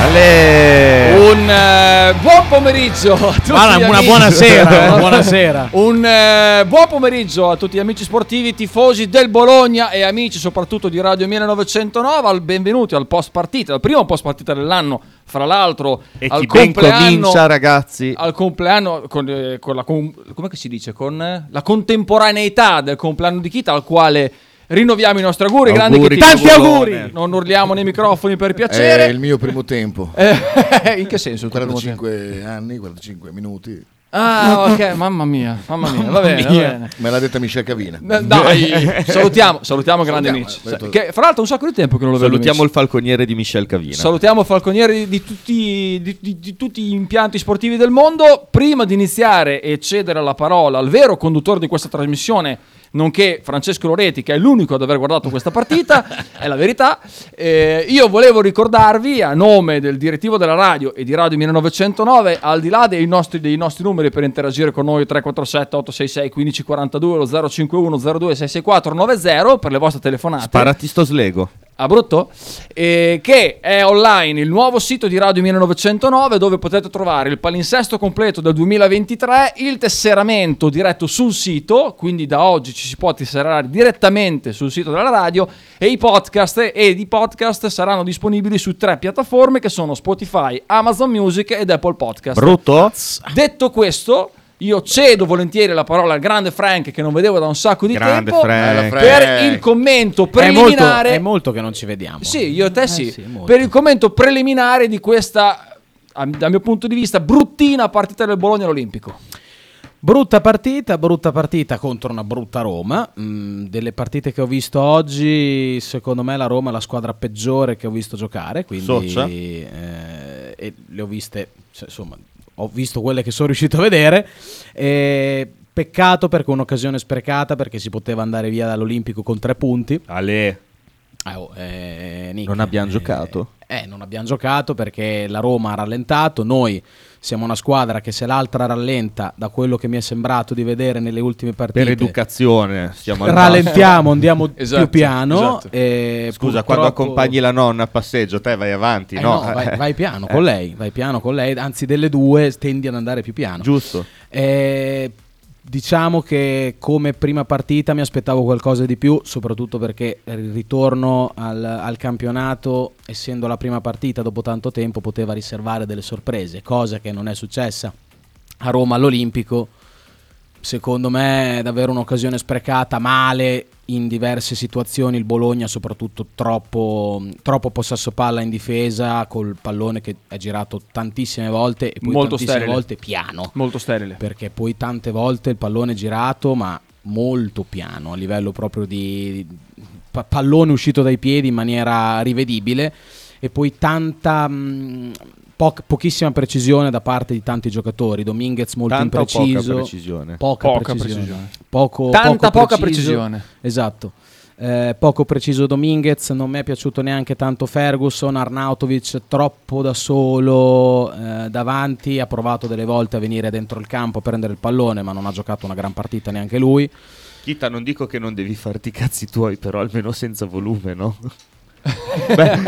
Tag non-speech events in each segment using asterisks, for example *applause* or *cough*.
Ale. Un eh, buon pomeriggio a tutti. Ma gli una amici. buona *laughs* sera, buonasera. Un eh, buon pomeriggio a tutti gli amici sportivi, tifosi del Bologna e amici soprattutto di Radio 1909. Al benvenuti al post partita, al primo post partita dell'anno, fra l'altro. E al chi ben compleanno- comincia, ragazzi. al compleanno con, eh, con la com- come si dice con eh, la contemporaneità del compleanno di Kita al quale rinnoviamo i nostri auguri, Auguri, grandi Chita. Tanti auguri! Eh, non urliamo nei microfoni per piacere È il mio primo tempo. Eh, *laughs* in che senso il tuo primo 45 anni, 45 minuti. tempo? *laughs* ah ok mamma mia mamma mia va bene, va bene. Me l'ha detta Michel Cavina. Eh, dai salutiamo salutiamo eh, grande Salutiamo, Mitch ho detto- che fra l'altro un sacco di tempo che non lo vedo Salutiamo il Mitch. falconiere di Michel Cavina. Salutiamo Falconieri di tutti, di- di- di tutti gli impianti sportivi del mondo. Prima di iniziare e cedere la parola al vero conduttore di questa trasmissione, nonché Francesco Loreti, che è l'unico ad aver guardato questa partita, è la verità. eh, io volevo ricordarvi, a nome del direttivo della radio e di Radio 1909, al di là dei nostri, dei nostri numeri per interagire con noi, 347 866 1542, lo 051 02 664 90 per le vostre telefonate. Sparati sto slego. Ah, brutto? Eh, che è online il nuovo sito di Radio 1909 dove potete trovare il palinsesto completo del 2023, il tesseramento diretto sul sito, quindi da oggi ci si può tesserare direttamente sul sito della radio e i podcast ed i podcast saranno disponibili su tre piattaforme che sono Spotify, Amazon Music ed Apple Podcast. Brutto? Detto questo, io cedo volentieri la parola al grande Frank che non vedevo da un sacco di Grande tempo Eh, Frank. per il commento È molto, preliminare è molto che non ci vediamo. sì, io e te Eh sì. sì, molto. per il commento preliminare di questa, a- dal mio punto di vista, bruttina partita del Bologna all'Olimpico. Brutta partita, brutta partita contro una brutta Roma. Mm, delle partite che ho visto oggi, secondo me la Roma è la squadra peggiore che ho visto giocare. Quindi, Socia. eh, e le ho viste, cioè, insomma, ho visto quelle che sono *laughs* riuscito a vedere. Eh, peccato perché un'occasione sprecata perché si poteva andare via dall'Olimpico con tre punti. Ale. Ah, oh, eh, Nick, Non abbiamo eh, giocato? Eh, non abbiamo giocato perché la Roma ha rallentato. Noi siamo una squadra che se l'altra rallenta, da quello che mi è sembrato di vedere nelle ultime partite, Per educazione siamo al rallentiamo, andiamo *laughs* Esatto, più piano. esatto. e basso. Scusa, quando purtroppo- accompagni la nonna a passeggio, te vai avanti, Eh no? Eh. no, *laughs* vai, vai piano con lei, vai piano con lei, anzi delle due tendi ad andare più piano. Giusto. Eh, diciamo che come prima partita mi aspettavo qualcosa di più, soprattutto perché il ritorno al, al campionato, essendo la prima partita dopo tanto tempo, poteva riservare delle sorprese, cosa che non è successa a Roma all'Olimpico. Secondo me è davvero un'occasione sprecata, male in diverse situazioni il Bologna, soprattutto troppo, troppo possesso palla in difesa, col pallone che è girato tantissime volte e poi Molto tantissime sterile. volte piano Molto sterile. perché poi tante volte il pallone è girato, ma molto piano a livello proprio di di- pa- pallone uscito dai piedi in maniera rivedibile e poi tanta mh, poc- pochissima precisione da parte di tanti giocatori, Dominguez molto Tanta o poca impreciso, precisione? poca, Poca precisione, precisione. Poco- Tanta poco poca preciso. precisione. Esatto. Eh, poco preciso Dominguez, non mi è piaciuto neanche tanto Ferguson, Arnautovic troppo da solo eh, davanti, ha provato delle volte a venire dentro il campo a prendere il pallone ma non ha giocato una gran partita neanche lui. Chita, non dico che non devi farti i cazzi tuoi, però almeno senza volume, no? *laughs* Beh,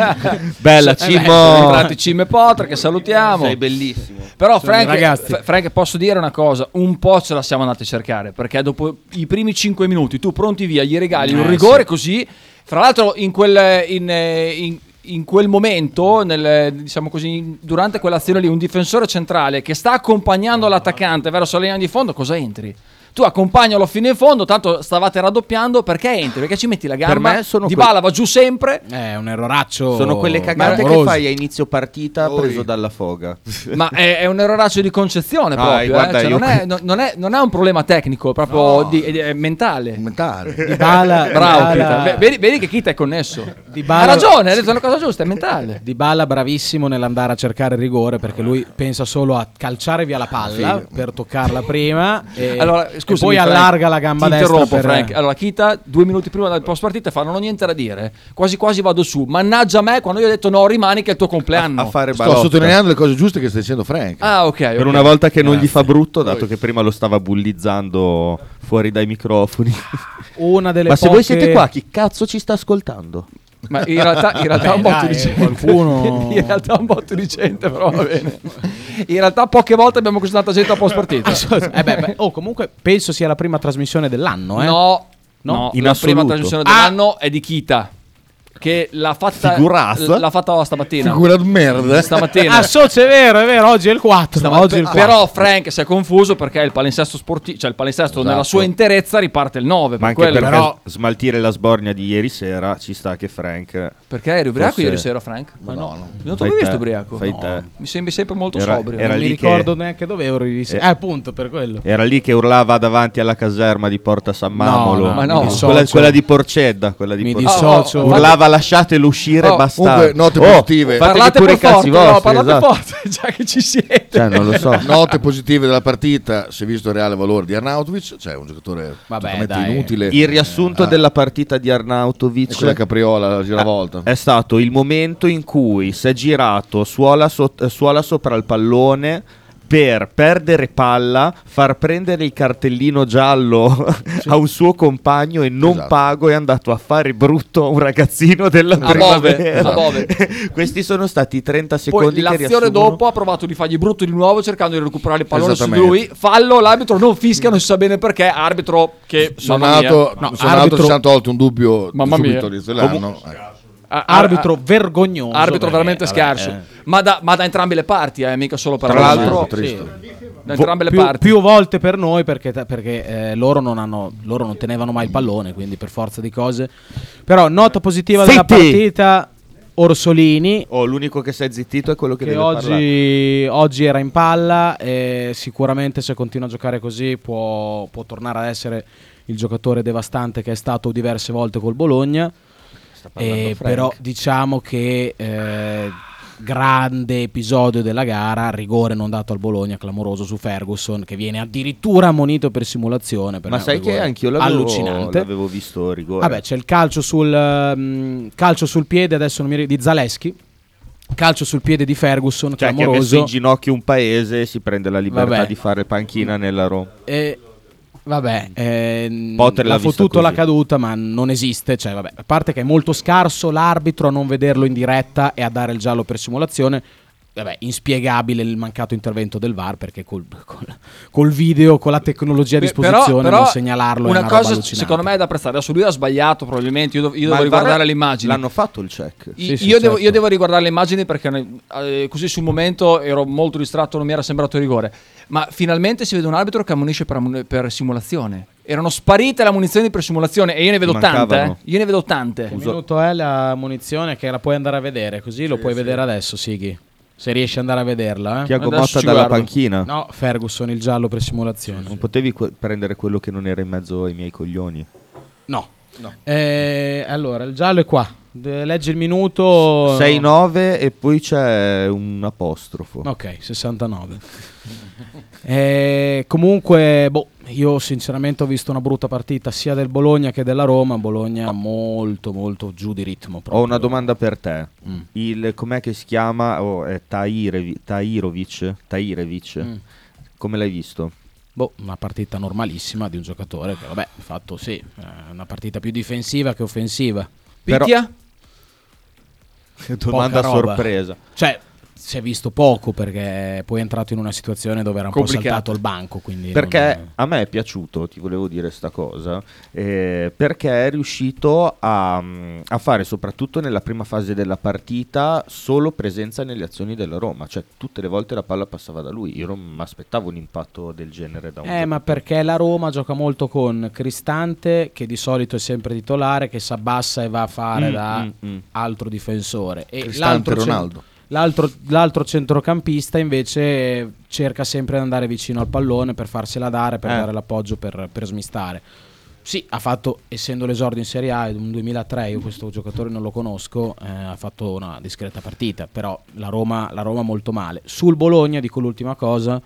bella, Eh beh, Cimo. sono entrati Cim e Potra che salutiamo. Sei bellissimo. Però Sono Frank, dei ragazzi. F- Frank, posso dire una cosa, un po' ce la siamo andati a cercare, perché dopo i primi 5 minuti tu pronti via, gli regali un Eh, rigore così, fra l'altro in quel, in, eh, in- in quel momento, nel, diciamo così, in- durante quell'azione lì, un difensore centrale che sta accompagnando l'attaccante verso la linea di fondo, cosa entri? Tu accompagnalo fino in fondo, tanto stavate raddoppiando, perché entri? Perché ci metti la gamba? me sono di que- balla va giù sempre. È un erroraccio. Sono quelle cagate che clamoroso. fai a inizio partita Oi. preso dalla foga. Ma è, è un erroraccio di concezione Ah, proprio, eh. guarda, Cioè, io- non, è, non- non è- non è un problema tecnico, è proprio No. di- è- è mentale. Mentale. Dybala- Bravo, Dybala- Kita. Ve- Vedi, vedi che Kita è connesso. Dybala- Ha ragione, ha detto la cosa giusta, è mentale. Di Bala bravissimo nell'andare a cercare il rigore perché lui pensa solo a calciare via la palla Sì. per toccarla prima e, Ah, Allora, e scusami, poi Frank, allarga la gamba ti destra interrompo, per- Frank. Allora, Kita, due minuti prima del post partita, fa: Non ho niente da dire. Quasi quasi vado su. Mannaggia me quando io ho detto no, rimani che è il tuo compleanno. A fare Sto balotta. sottolineando le cose giuste che sta dicendo Frank. ah, ok. Per ok. una volta che non gli fa brutto, dato che prima lo stava bullizzando fuori dai microfoni. una delle *laughs* Ma se voi poche- *laughs* siete qua, chi cazzo ci sta ascoltando? Ma in realtà, in realtà Beh, un botto dai, di gente. qualcuno- *laughs* In realtà un botto di gente, però va bene. In realtà poche volte abbiamo così tanta gente a post Ah, partita. Eh beh, beh, oh, comunque penso sia la prima trasmissione dell'anno, eh. No, No, no, in la prima assoluto. Ah! trasmissione dell'anno è di Kita. Che l'ha fatta, Figurazza. l'ha fatta stamattina. Figura di merda. Stamattina. Ah, so, c'è vero, è vero, oggi è il 4. Stamattina- Ah, oggi è il 4. però Frank si è confuso perché il palinsesto sportivo, cioè il palinsesto nella sua interezza riparte il 9. Esatto. Ma Per anche quello. perché Però- smaltire la sbornia di ieri sera ci sta che Frank perché eri ubriaco Forse- ieri sera, Frank? Ma no, non ti ho Fai mai te, visto ubriaco. fai No. te. Mi sembri sempre molto Era- sobrio. era non mi lì che- ricordo neanche dove ero ieri sera. Eh. Eh, appunto, per quello. era lì che urlava davanti alla caserma di Porta San Mamolo. no, ma no. mi Quella- quella, dissocio. di Porcedda, quella di Mi Porcedda. disso- dissocio. Oh, oh, Urla- Urlava lasciatelo uscire Oh, basta. Comunque, note positive. fa- parlate pure pure i cazzi forte, no, vostri, parlate esatto. forte, *laughs* già che ci siete. Cioè, non lo *laughs* so. eh, Note positive della partita, si è visto il reale valore di Arnautovic, cioè un giocatore Vabbè, totalmente dai. inutile. Il riassunto Ah, Ah, della partita di e quella Arnautovic capriola la giravolta. è stato il momento in cui si è girato suola, sot- eh, suola sopra il pallone per perdere palla, far prendere il cartellino giallo *laughs* a un suo compagno e non Esatto. pago è andato a fare brutto a un ragazzino della A primavera. Bove, a Bove. *laughs* Questi sono stati i 30 secondi Poi che l'azione riassumono- dopo ha provato di fargli brutto di nuovo cercando di recuperare il pallone su di Esattamente. lui. Fallo, l'arbitro non fischia, non si sa bene perché. Arbitro che Sono mamma mia. nato, No, sono arbitro- nato, si sono tolto un dubbio Mamma subito mia. all'inizio dell'anno. Eh. Ah, ah, Arbitro vergognoso. ah, arbitro perché, veramente vabbè, scarso. eh. Ma, da, ma da entrambe le parti, eh, mica solo per Tra la- l'altro- Sì, triste. da entrambe le più, parti. più volte per noi perché, perché, eh, loro, non hanno, loro non tenevano mai il pallone, quindi per forza di cose. Però nota positiva della Fitti. partita Orsolini Oh, l'unico che si è zittito è quello che, che deve parlare. oggi, oggi era in palla e sicuramente se continua a giocare così può, può tornare ad essere il giocatore devastante che è stato diverse volte col Bologna. Eh, però diciamo che eh, grande episodio della gara, rigore non dato al Bologna, clamoroso su Ferguson che viene addirittura ammonito per simulazione. per Ma me è un sai che rigore anch'io l'avevo, allucinante. l'avevo visto rigore. Vabbè, c'è il calcio sul, mm, calcio sul piede adesso non mi ricordo, di Zaleschi. Calcio sul piede di Ferguson, Cioè, che ha messo clamoroso. in ginocchio un paese si prende la libertà Vabbè. di fare panchina nella Roma. Eh, vabbè, ehm, Potter l'ha l'ha vista fottuto così. la caduta, ma non esiste. Cioè, vabbè, a parte che è molto scarso l'arbitro a non vederlo in diretta e a dare il giallo per simulazione. Vabbè, inspiegabile il mancato intervento del VAR perché col, *laughs* col- col video, con la tecnologia a Beh, disposizione, però- però non segnalarlo una, è una cosa roba secondo me è da apprezzare adesso lui ha sbagliato probabilmente io, dov- io Ma devo il VAR riguardare l'immagine L'hanno fatto il check. I- Sì, sì, io, devo, certo. io devo riguardare le immagini perché eh, così sul momento ero molto distratto, non mi era sembrato rigore. Ma finalmente si vede un arbitro che ammonisce per, ammun- per simulazione. Erano sparite le munizioni per simulazione e io ne vedo Mancavano. tante. eh. Io ne vedo tante. Un minuto è la munizione che la puoi andare a vedere, così lo puoi vedere adesso, Sighi. Se riesci ad andare a vederla, eh. Tiago Adesso Motta ci dalla guardo. panchina. No, Ferguson il giallo per simulazione. Non potevi que- prendere quello che non era in mezzo ai miei coglioni. No. Eh, allora, il giallo è qua. De- leggi il minuto. 6-9 e poi c'è un apostrofo. Ok, 69. *laughs* Eh, comunque, boh, io sinceramente ho visto una brutta partita sia del Bologna che della Roma. Bologna molto, molto giù di ritmo. Ho una proprio. domanda per te. Mm. Il, com'è che si chiama? Oh, è Tairevi- Tairovic? Tairevic. Mm. Come l'hai visto? Boh, una partita normalissima di un giocatore che, vabbè, ha fatto sì, eh, una partita più difensiva che offensiva. Però- Picchia? Domanda roba. sorpresa. Cioè, si è visto poco perché poi è entrato in una situazione dove era un Complicato. po' saltato il banco. Quindi Perché non- a me è piaciuto, ti volevo dire sta cosa, eh, perché è riuscito a, mm, a fare soprattutto nella prima fase della partita solo presenza nelle azioni della Roma, cioè tutte le volte la palla passava da lui, io non mi aspettavo un impatto del genere da un Eh, ma perché la Roma gioca molto con Cristante, che di solito è sempre titolare, che si abbassa e va a fare Mm, da mm, mm. altro difensore. E Cristante cen- Ronaldo. l'altro- l'altro centrocampista invece cerca sempre di andare vicino al pallone per farsela dare, per Eh. dare l'appoggio, per, per smistare. Sì, ha fatto, essendo l'esordio in Serie A, un 2003, io questo giocatore non lo conosco, eh, ha fatto una discreta partita, però la Roma, la Roma molto male. Sul Bologna, dico l'ultima cosa,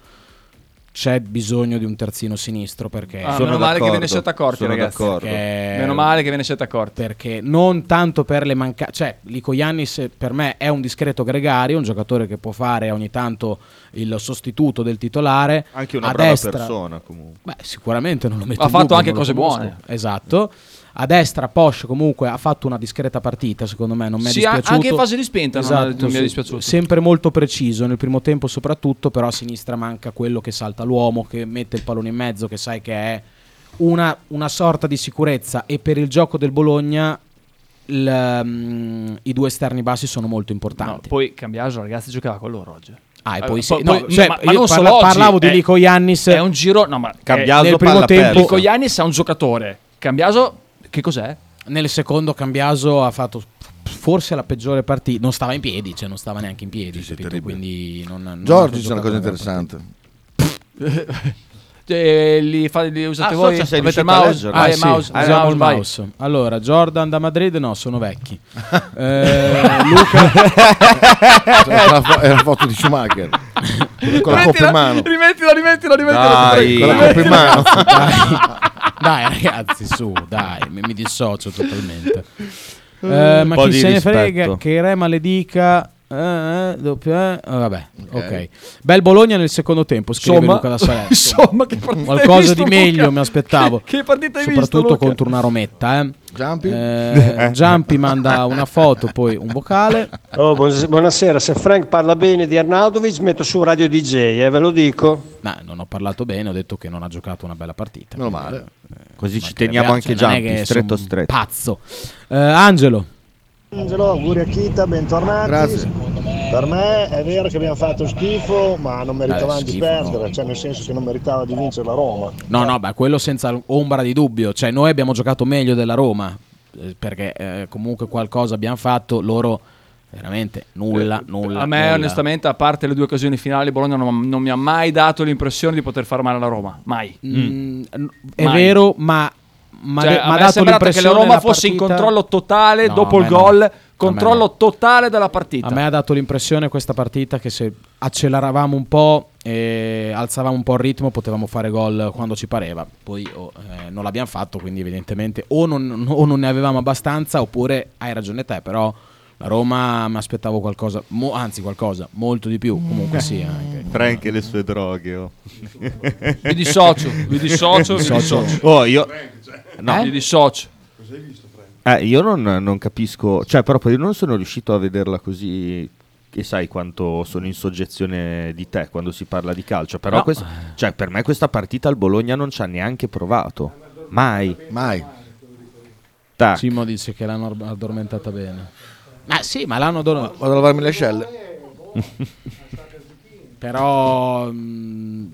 c'è bisogno di un terzino sinistro perché... Ah, meno male che ve ne siete accorti, sono ragazzi. d'accordo. perché- Meno male che ve ne siete accorti. perché non tanto per le mancanze, cioè Lico Iannis per me è un discreto gregario, un giocatore che può fare ogni tanto il sostituto del titolare. Anche una a brava destra, persona comunque. Beh, sicuramente non lo metto Ha in fatto dubbio, anche non lo cose conosco. buone. Esatto. A destra Porsche comunque ha fatto una discreta partita, secondo me, non mi è Sì, dispiaciuto. Esatto, anche in fase di spenta non ha- non mi è sì. dispiaciuto. Sempre molto preciso nel primo tempo soprattutto, però a sinistra manca quello che salta l'uomo, che mette il pallone in mezzo, che sai che è una, una sorta di sicurezza e per il gioco del Bologna il, mm, i due esterni bassi sono molto No, importanti. poi Cambiaso, ragazzi, giocava con loro oggi. Ah, e Eh, poi sì. poi- No, poi- cioè, no, ma- ma io non solo parla- oggi, parlavo di eh, Lico Iannis. È un giro. No, ma eh, Cambiaso Eh, nel primo palla tempo- persa. Nico Iannis è un giocatore. Cambiaso, che cos'è? Nel secondo Cambiaso ha fatto forse la peggiore partita. Non stava in piedi, cioè non stava neanche in piedi. Sì, sì, capito? terribile. Quindi non, non Giorgi ha c'è una cosa giocato interessante. Eh, li, fa- li usate Ah, voi? Socia, sei Avete il riuscito a mouse? leggerlo. Ah, Vai, sì, mouse, ah, usiamo no, il vai. mouse. Allora, Jordan da Madrid, no, sono vecchi. Eh, Luca, Era la fo- era la foto di Schumacher con la coppa in mano. rimettila, rimettila, rimettila. Dai. Con la coppa in mano. dai ragazzi, su, dai, mi, mi dissocio totalmente. Eh, ma po' chi di se ne rispetto. frega, che re maledica. eh, eh, doppio, eh, eh, vabbè, ok. Ok. Bel Bologna nel secondo tempo, scrive Insomma, Luca *laughs* da Salerno. insomma, che partita hai Qualcosa visto, di Luca? meglio mi aspettavo. *laughs* Che, che partita hai visto? soprattutto Luca? contro una rometta. Eh. Giampi? *laughs* Eh, Giampi manda una foto, poi un vocale. Oh, buons- buonasera, se Frank parla bene di Arnaudovic metto su Radio DJ, eh, ve lo dico. No, non ho parlato bene, ho detto che non ha giocato una bella partita. Meno quindi, male. Così ma ci teniamo cioè, anche non è Giampi, che stretto sono stretto. Pazzo. Eh, Angelo, Angelo, auguri a Kita, bentornati. Grazie. Per me è vero che abbiamo fatto schifo, ma non meritavamo Eh, di schifo, perdere, no. cioè nel senso che non meritava di vincere la Roma. no, no, beh, quello senza ombra di dubbio. Cioè, noi abbiamo giocato meglio della Roma eh, perché eh, comunque qualcosa abbiamo fatto. Loro veramente nulla, Eh, nulla. A me, nulla. onestamente, a parte le due occasioni finali, Bologna non, non mi ha mai dato l'impressione di poter far male alla Roma. Mai. Mm, è Mai. vero, ma. Ma, Cioè, de- a ma me ha è dato sembrato che la l'impressione Roma nella fosse in partita- controllo totale No, dopo a il me no. gol, A me controllo no. totale della partita. A me ha dato l'impressione questa partita che se acceleravamo un po' e alzavamo un po' il ritmo potevamo fare gol quando ci pareva. Poi oh, eh, non l'abbiamo fatto, quindi evidentemente o non, o non ne avevamo abbastanza oppure hai ragione te, però la Roma mi aspettavo qualcosa, mo- anzi qualcosa, molto di più. Comunque sì, anche. Frank e le sue droghe. Oh, Vi dissocio, vi *laughs* dissocio, vi *laughs* dissocio. Oh, io, No, vi dissocio. eh, io non, non capisco, cioè proprio io non sono riuscito a vederla così e sai quanto sono in soggezione di te quando si parla di calcio, però No. questa- cioè, per me questa partita al Bologna non ci ha neanche provato, mai. Mai. Tac. Simo dice che l'hanno ar- addormentata bene. Ma sì, ma l'hanno addormentata. Vado a lavarmi le ascelle. Però... mm,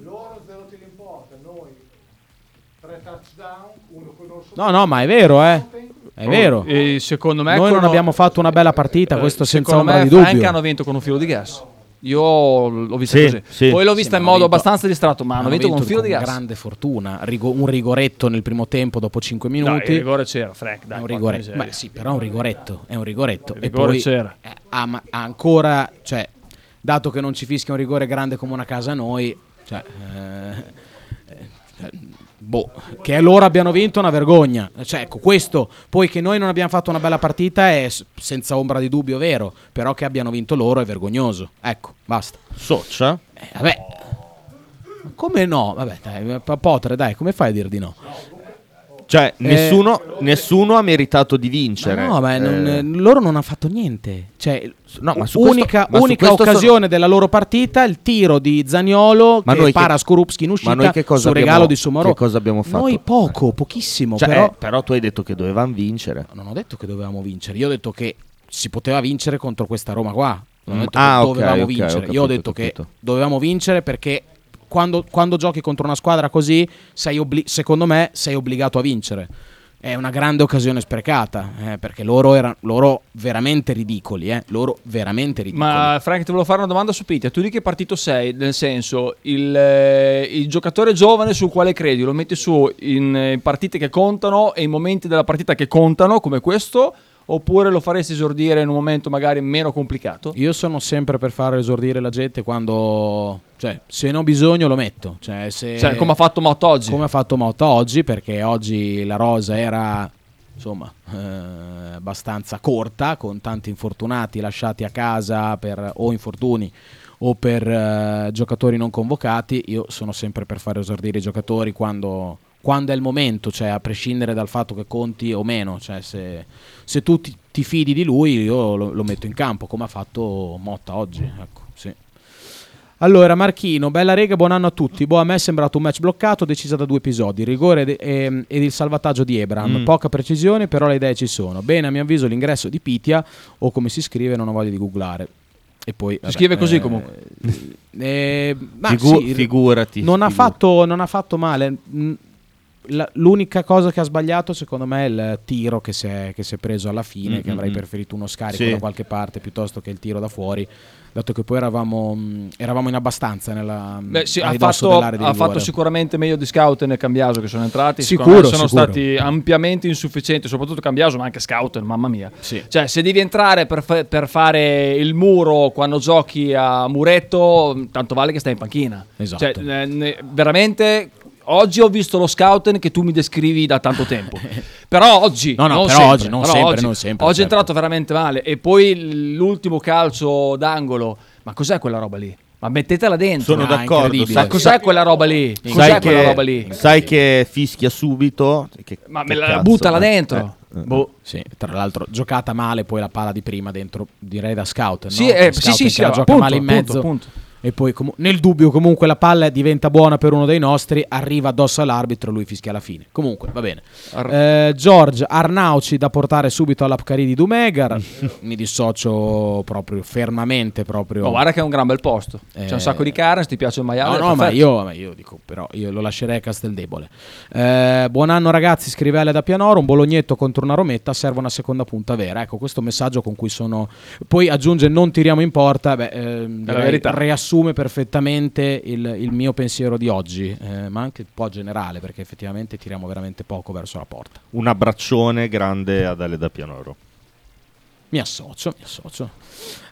No, no, ma è vero, eh. È vero. Oh, E secondo me con- Noi Eh, non abbiamo fatto una bella partita, questo senza secondo ombra me di Frank dubbio. hanno vinto con un filo di gas. Io l'ho vista Sì, così. sì. Poi l'ho Sì, vista ma in hanno modo vinto- abbastanza distratto, Ah, ma hanno, vinto con un filo di gas. grande fortuna, rigo- un rigoretto nel primo tempo dopo 5 Dai, minuti. il rigore c'era, Frank, È dai. un porca rigoretto. miseria. Beh, sì, però è un rigoretto, è un rigoretto. Il e rigore poi c'era. eh, ha, ma- ha ancora, cioè, dato che non ci fischia un rigore grande come una casa a noi, cioè, eh, eh, boh, che loro abbiano vinto è una vergogna. Cioè, ecco, questo, poi che noi non abbiamo fatto una bella partita è s- senza ombra di dubbio vero, però che abbiano vinto loro è vergognoso. Ecco, basta. Socia? Eh, vabbè. Ma Come no? Vabbè, dai, pa- Potre, dai, come fai a dir di no? Cioè, nessuno, nessuno ha meritato di Ma vincere. Eh. no, ma non- Eh, loro non hanno fatto niente. Cioè, no, ma su unica, questo- ma su unica questo sono- occasione della loro partita, il tiro di Zagnolo Ma che noi che- para Skorupski in uscita ma noi che cosa sul abbiamo- regalo di Sumaro. che cosa abbiamo fatto? Noi poco, pochissimo, cioè, eh, però però... tu hai detto che dovevamo vincere. non ho detto che dovevamo vincere, io ho detto che si poteva vincere contro questa Roma qua. Non Mm, ho detto ah, che ok, dovevamo ok, ho vincere. io capito, ho detto ho capito. che dovevamo vincere perché quando, quando giochi contro una squadra così, sei obbli- secondo me, sei obbligato a vincere. È una grande occasione sprecata, eh, perché loro erano loro veramente ridicoli, eh, loro veramente ridicoli. Ma Frank, ti volevo fare una domanda su Pita. Tu di che partito sei? Nel senso, il, eh, il giocatore giovane sul quale credi lo metti su in, eh, in partite che contano e in momenti della partita che contano, come questo, oppure lo faresti esordire in un momento magari meno complicato? Io sono sempre per far esordire la gente quando... Cioè, se ne ho bisogno lo metto. Cioè, se- Cioè, come ha fatto Mott oggi? come ha fatto Motta oggi, perché oggi la rosa era insomma eh, abbastanza corta, con tanti infortunati lasciati a casa per o infortuni o per eh, giocatori non convocati. Io sono sempre per fare esordire i giocatori quando, quando è il momento, cioè a prescindere dal fatto che conti o meno, cioè se, se tu ti, ti fidi di lui io lo, lo metto in campo come ha fatto Motta oggi. Ecco, sì. Allora, Marchino, bella rega, buon anno a tutti. Boh, a me è sembrato un match bloccato, decisa da due episodi: il rigore de- ehm, ed il salvataggio di Ebram. Mm. Poca precisione, però le idee ci sono. Bene, a mio avviso, l'ingresso di Pitia, o come si scrive, non ho voglia di googlare. E poi, vabbè, scrive così, comunque. eh, ma Figu- sì, figurati. non, ha figurati. fatto, non ha fatto male. Mm, la- l'unica cosa che ha sbagliato, secondo me, è il tiro che si è, che si è preso alla fine. Mm, che avrei mm, mm. preferito uno scarico Sì. da qualche parte piuttosto che il tiro da fuori. Dato che poi eravamo, mm, eravamo in abbastanza nella Beh, sì, a ha, Ehm, ridosso fatto, dell'area di ha rigore. fatto sicuramente meglio di Scouten e Cambiaso che sono entrati. Sicuro, Sicuramente sono sicuro. stati ampiamente insufficienti, soprattutto Cambiaso, ma anche Scouten, mamma mia. Sì. Cioè, se devi entrare per, fa- per fare il muro quando giochi a muretto, tanto vale che stai in panchina. Esatto. Cioè, eh, ne- veramente. Oggi ho visto lo scouten che tu mi descrivi da tanto *laughs* tempo. però oggi. No, no, non però sempre, oggi, non sempre, non sempre, Oggi è certo. entrato veramente male. E poi l'ultimo calcio d'angolo. Ma cos'è quella roba lì? Ma mettetela dentro. Sono Ah, d'accordo. incredibile. Sai, Ma cos'è quella roba lì? sai Cos'è che, quella roba lì? sai che fischia subito. Che- Ma che me la cazzo, buttala eh? dentro. Eh, eh. Boh. Sì, tra l'altro giocata male poi la palla di prima dentro direi da scout. no? Sì, eh, sì, Scout sì, che sì, la gioca appunto, male in appunto, mezzo. appunto. E poi comu- nel dubbio comunque la palla diventa buona per uno dei nostri, arriva addosso all'arbitro, lui fischia alla fine. Comunque va bene. Ar- Eh, George Arnauci da portare subito all'Apcari di *laughs* Dumegar. Mi dissocio proprio fermamente proprio. No, guarda che è un gran bel posto. C'è Eh. un sacco di carne, ti piace il No, maiale. no, ma perfetto. io, ma io dico, però io lo lascerei a Casteldebole. Eh, buon anno ragazzi, scrivele da Pianoro, un bolognetto contro una rometta, serve una seconda punta vera. Ecco, questo messaggio con cui sono... Poi aggiunge non tiriamo in porta, beh, ehm, la direi verità. riassume perfettamente il, il mio pensiero di oggi, eh, ma anche un po' generale, perché effettivamente tiriamo veramente poco verso la porta. Un abbraccione grande ad Ale da Pianoro. Mi associo, mi associo.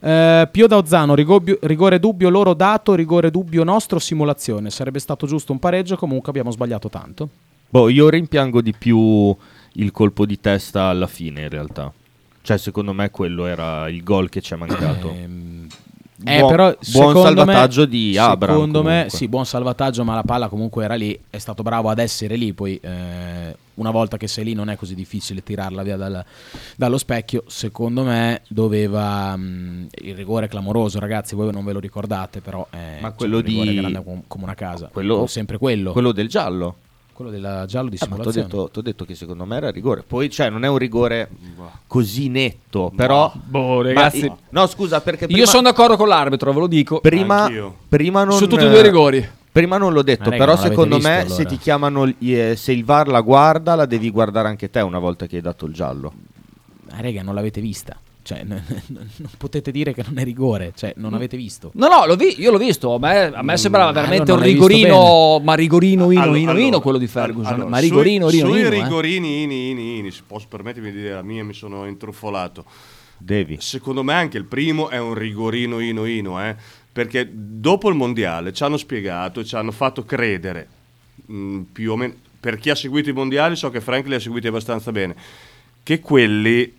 Eh, Pio da Ozzano, rigobbio- rigore dubbio loro dato, rigore dubbio nostro, simulazione. Sarebbe stato giusto un pareggio, comunque abbiamo sbagliato tanto. Boh, io rimpiango di più il colpo di testa alla fine, in realtà. Cioè, secondo me quello era il gol che ci è mancato. Ehm, eh, Esatto. Buon- però, buon secondo salvataggio me- di Abraham, Secondo me, comunque. sì, buon salvataggio, ma la palla comunque era lì. È stato bravo ad essere lì. Poi, eh, una volta che sei lì, non è così difficile tirarla via dal- dallo specchio. Secondo me, doveva mh, il rigore è clamoroso, ragazzi. Voi non ve lo ricordate, però, eh, Ma insomma, quello un rigore di- grande com- come una casa, Quello- sempre quello, quello, Quello del giallo. del giallo di Eh, ma ti ho simulazione. detto, t'ho detto che secondo me era rigore. Poi, cioè, non è un rigore così netto, però... Boh, Ma- ragazzi. eh, no, scusa, perché prima... Io sono d'accordo con l'arbitro, ve lo dico. Prima, Anch'io. prima non... Su tutti e due i rigori. Prima non l'ho Ma detto, raga, però non l'avete secondo visto, me allora? se ti chiamano, gli- eh, se il VAR la guarda, la devi guardare anche te una volta che hai dato il giallo. Ma Eh, raga, non l'avete vista. Cioè, *laughs* n- n- non potete dire che non è rigore, cioè, Mm. non avete visto. No, no, l'ho vi- io l'ho visto. A me, a me sembrava veramente Mm, eh, non un l'hai visto rigorino, ma rigorino, ino, Allora, ino, allora, ino, quello di Ferguson. allora, ma rigorino, sui, ino, sui ino. eh. rigorini, ini, ini, ini, se posso permettermi di dire la mia, mi sono intruffolato. Devi. Secondo me anche il primo è un rigorino, ino, ino, eh, perché dopo il mondiale ci hanno spiegato, ci hanno fatto credere, mh, più o meno, per chi ha seguito i mondiali, so che Frank li ha seguiti abbastanza bene, che quelli,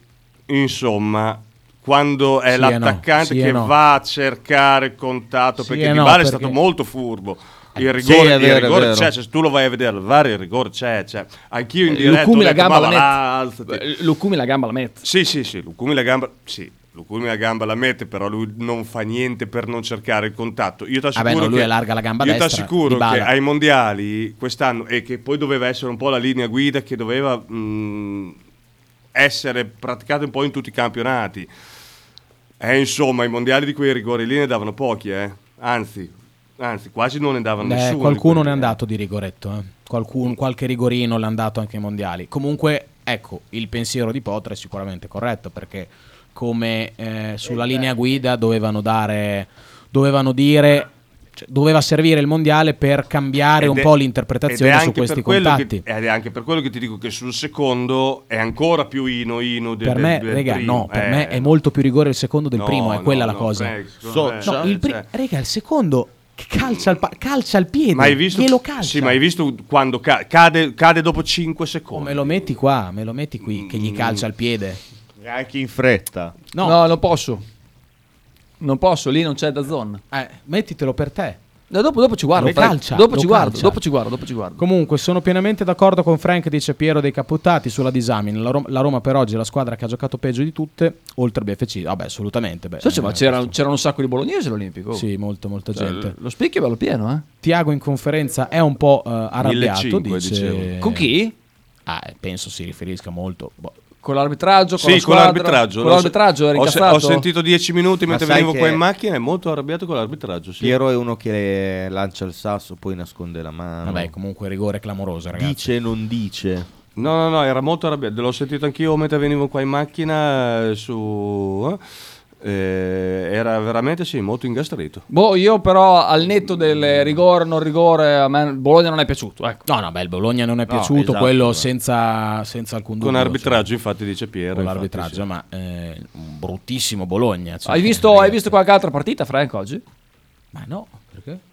insomma... Quando è Sì e no, l'attaccante sì e che no. va a cercare il contatto, Sì perché e Di no, Bale è perché- stato molto furbo. Il Eh, Sì, rigore, è il vero, è rigore vero. c'è, cioè, se tu lo vai a vedere al VAR il rigore c'è, c'è. anch'io in Eh, diretta Lucumi ho la detto, gamba "Ma la va, mette. alzati". Eh, Lucumi la gamba la mette. Sì, sì, sì, Lucumi la gamba, sì, Lucumi la gamba la mette, però lui non fa niente per non cercare il contatto. Io ti assicuro no, lui che allarga la gamba Io destra, ti assicuro che Dybala. ai mondiali quest'anno e che poi doveva essere un po' la linea guida che doveva mh, essere praticata un po' in tutti i campionati. Eh, insomma, i mondiali di quei rigori lì ne davano pochi, eh. Anzi, anzi, quasi non ne davano Eh, nessuno. di qualcuno quelli, ne è eh. andato di rigoretto, eh. Qualcun- qualche rigorino l'ha andato anche ai mondiali. Comunque, ecco, il pensiero di Potre è sicuramente corretto perché come eh, sulla linea guida dovevano dare, dovevano dire, cioè, doveva servire il mondiale per cambiare Ed un è- po' ed è l'interpretazione su anche questi per quello che- contatti. ed è anche per quello che ti dico che sul secondo è ancora più ino ino del, per me, del- del raga, primo. no, per Eh, me è molto più rigore il secondo del no, primo, è no, quella la no, cosa. Frank, secondo So- me- No, cioè, il pri- cioè- raga, il secondo che calcia al, pa- calcia al piede, Ma hai visto, glielo calcia. Sì, ma hai visto quando ca- cade, cade dopo 5 secondi? Oh, me lo metti qua, me lo metti qui, che gli calcia al piede. Anche in fretta. No, No. non posso. Non posso, lì non c'è da zona. eh, mettitelo per te. No, dopo, dopo ci guardo, Lo Frank. calcia, dopo, lo ci guardo calcia. dopo ci guardo, dopo ci guardo. Comunque sono pienamente d'accordo con Frank, dice Piero dei Caputtati, sulla disamina. La, Rom- la Roma per oggi è la squadra che ha giocato peggio di tutte, oltre al BFC. Vabbè, assolutamente. beh, So, cioè, ma eh, c'era, c'era un sacco di bolognesi all'Olimpico. oh. Sì, molto, molta Cioè, gente. lo specchio è bello pieno, eh. Tiago in conferenza è un po' eh, arrabbiato, 1500, dice... dicevo. Con chi? Ah, eh, penso si riferisca molto. boh. Con l'arbitraggio, con la Sì, con squadra, l'arbitraggio. Con L'ho- l'arbitraggio ho, era se- incazzato? ho sentito 10 minuti Ma mentre sai venivo che- qua in macchina, è molto arrabbiato con l'arbitraggio. Sì. Piero è uno che eh, lancia il sasso, poi nasconde la mano. Vabbè, comunque rigore clamoroso, ragazzi. Ah, dice e non dice. No, no, no, era molto arrabbiato. L'ho sentito anch'io mentre venivo qua in macchina eh, su... eh, era veramente, sì, molto ingastrito. Boh, io però al netto del rigore, non rigore, a me il Bologna non è piaciuto, ecco. No, no, beh, il Bologna non è piaciuto, esatto, quello eh. senza, senza alcun dubbio. Con cioè, l'arbitraggio, infatti, dice Piero. con infatti, l'arbitraggio, sì. ma eh, un bruttissimo Bologna. cioè, Hai visto, ragazzi. hai visto qualche altra partita, Frank, oggi? Ma no, perché?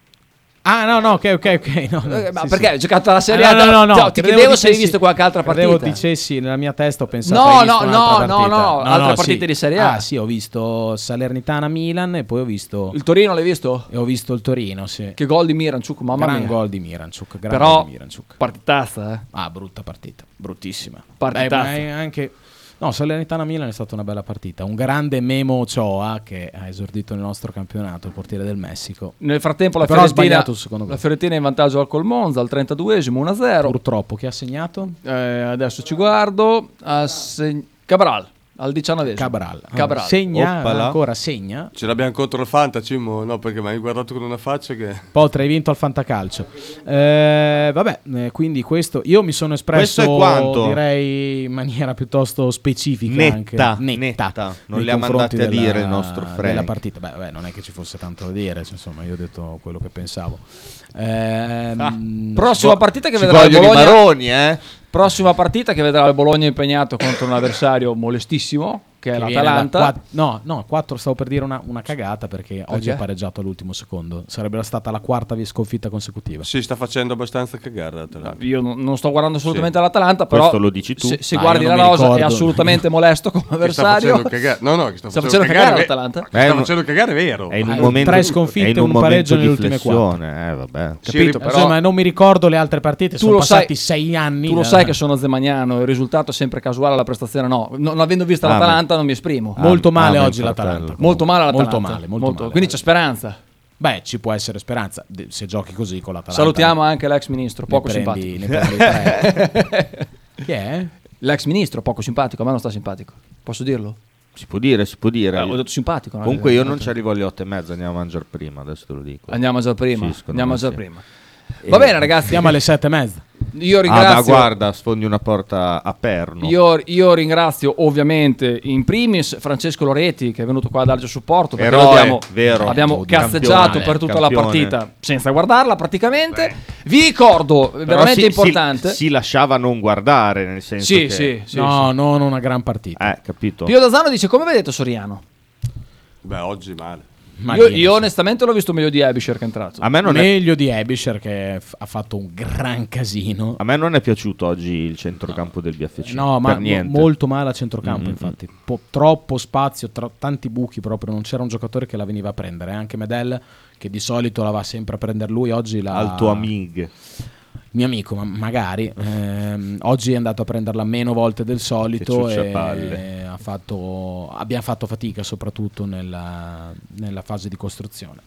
Ah, no, no, ok, ok, ok. no, no, Eh, ma sì, perché sì. hai giocato la Serie Eh, A? No, no, no, Ciao, ti credevo chiedevo se hai dicessi- visto qualche altra partita. Credevo dicessi, nella mia testa ho pensato No, hai no, visto un'altra no, partita. no, no, altre partite sì. di Serie A. Ah, sì, ho visto Salernitana-Milan e poi ho visto, Il Torino l'hai visto? e ho visto il Torino, sì. Che gol di Miranchuk, mamma gran mia. gol di Miranchuk, gran Però- gol di Miranchuk. Partitazza, eh. Ah, brutta partita, bruttissima. Partitazza. Beh, ma è anche No, Salernitana-Milan è stata una bella partita. Un grande Memo Ochoa che ha esordito nel nostro campionato, il portiere del Messico. Nel frattempo la Però ha Fiorentina, sbagliato il secondo gol. la Fiorentina è in vantaggio al Colmonza al 32esimo 1-0. Purtroppo chi ha segnato? Eh, adesso ci guardo. a seg- Cabral al 19 Cabral. Ah, Cabral. Segna Oppala. ancora, segna. Ce l'abbiamo contro il Fantaci? Mo? No, perché mi hai guardato con una faccia che... Potre, hai vinto al fantacalcio. Eh, vabbè, eh, quindi questo io mi sono espresso Questo è quanto? direi in maniera piuttosto specifica, Netta, anche, netta. Non nei le ha confronti mandate a dire della- il nostro della Frank. partita. Beh, vabbè, non è che ci fosse tanto da dire, cioè, insomma, io ho detto quello che pensavo. Ehm, Ah, Prossima partita che Ci vedrà il vogliono i Bologna. maroni, eh? Prossima partita che vedrà il Bologna impegnato contro un avversario molestissimo che è che viene da l'Atalanta. quatt- no, no, 4 stavo per dire una, una cagata perché, oggi Perché? è pareggiato all'ultimo secondo. Sarebbe stata la quarta vi- sconfitta consecutiva. Si sta facendo abbastanza cagare. l'Atalanta. Io non non sto guardando assolutamente l'Atalanta, però Questo lo dici tu. se, se Ah, guardi io la non mi rosa è ricordo. *laughs* assolutamente molesto come Che sta avversario. facendo cagare. No, no, che sta, Sta facendo, facendo cagare è- l'Atalanta? Che sta Eh, facendo cagare, è vero. È in un Ah, momento tre sconfitte, è in un momento pareggio di nelle ultime quattro. flessione, Eh, vabbè. Sì, Capito, però- Insomma, non mi ricordo le altre partite. Tu sono lo sai- passati sei anni. Tu lo da- sai che sono Zemagnano, il risultato è sempre casuale, la prestazione no. Non avendo visto Ah, ma- l'Atalanta non mi esprimo. Ah, Molto male ah, beh, oggi fratello. l'Atalanta. molto male l'Atalanta. Molto male, molto male. Quindi c'è speranza. Beh, ci può essere speranza de- se giochi così con l'Atalanta. Salutiamo anche l'ex ministro, Ne poco prendi- simpatico. ne prendi tre. Chi è? L'ex ministro, poco simpatico, a me non sta simpatico. Posso dirlo? Si può dire, si può dire. Eh, ho detto simpatico. no? Comunque io non Eh, ci arrivo alle 8 e mezza, andiamo a mangiare prima, adesso te lo dico. Andiamo già prima. Sì, secondo andiamo me già sì. prima. Va bene ragazzi, Siamo alle sette e mezza. io Eh, Ah, ma ringrazio... guarda, sfondi una porta a perno. Io, io ringrazio ovviamente in primis Francesco Loretti che è venuto qua a darci supporto perché Eroe, noi abbiamo, vero. abbiamo Campione, cazzeggiato per tutta la campione. partita senza guardarla praticamente. Vi ricordo, Però veramente si- si- importante. Si, lasciava non guardare, nel senso Sì, che... sì, sì, no, sì. non una gran partita. Eh, capito. Pio Dazzano dice come vedete Soriano? Beh, oggi male. Ma Io, niente. io onestamente l'ho visto meglio di Abisher che è entrato. A me non è... Meglio di Ebisher che f- ha fatto un gran casino. A me non è piaciuto oggi il centrocampo del BFC. No, Ah, ma per niente. mo- molto male a centrocampo, infatti. Po- troppo spazio, tro- tanti buchi proprio. Non c'era un giocatore che la veniva a prendere. eh. Anche Medel, che di solito la va sempre a prendere lui, oggi la... Al tuo amigo. mio amico, ma- magari, ehm, oggi è andato a prenderla meno volte del solito Che ciuccia e palle. ha fatto, abbiamo fatto fatica soprattutto nella, nella fase di costruzione.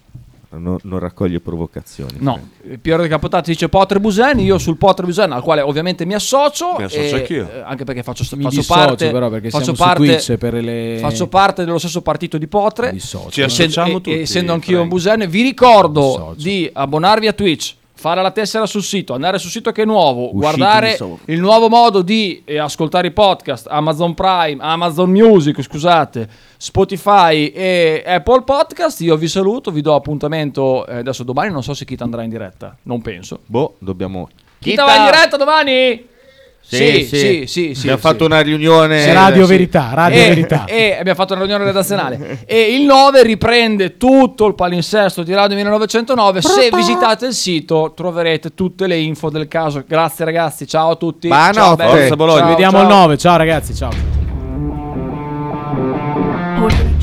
No- non raccoglie provocazioni. No, eh, Piero De Capotati dice Potre Buseni, io sul Potre Buseni al quale ovviamente mi associo, Mi associo e- anch'io. eh, anche perché faccio, Mi faccio dissocio parte, però, perché faccio siamo su parte, Twitch per le- faccio parte dello stesso partito di Potre, Mi dissocio. Ci Essendo- associamo e- tutti, e essendo anch'io Frank. un Buseni, vi ricordo Dissocio. di abbonarvi a Twitch. Fare la tessera sul sito, andare sul sito che è Uscite nuovo, di guardare sopra. il nuovo modo di eh, ascoltare i podcast, Amazon Prime, Amazon Music, scusate, Spotify e Apple Podcast. Io vi saluto, vi do appuntamento eh, adesso domani, non so se Kita andrà in diretta, non penso. Boh, dobbiamo... Kita va in diretta domani? Sì, sì, sì, sì, sì, Abbiamo sì. fatto una riunione... Eh, Radio sì. Verità, Radio E, Verità. e abbiamo fatto una riunione redazionale e il 9 riprende tutto il palinsesto di Radio 1909 se visitate il sito troverete tutte le info del caso grazie ragazzi ciao a tutti Buonanotte. Ciao, belli. Forza Ci Bologna. Ciao, vediamo ciao. al 9, ciao ragazzi, ciao. Audio-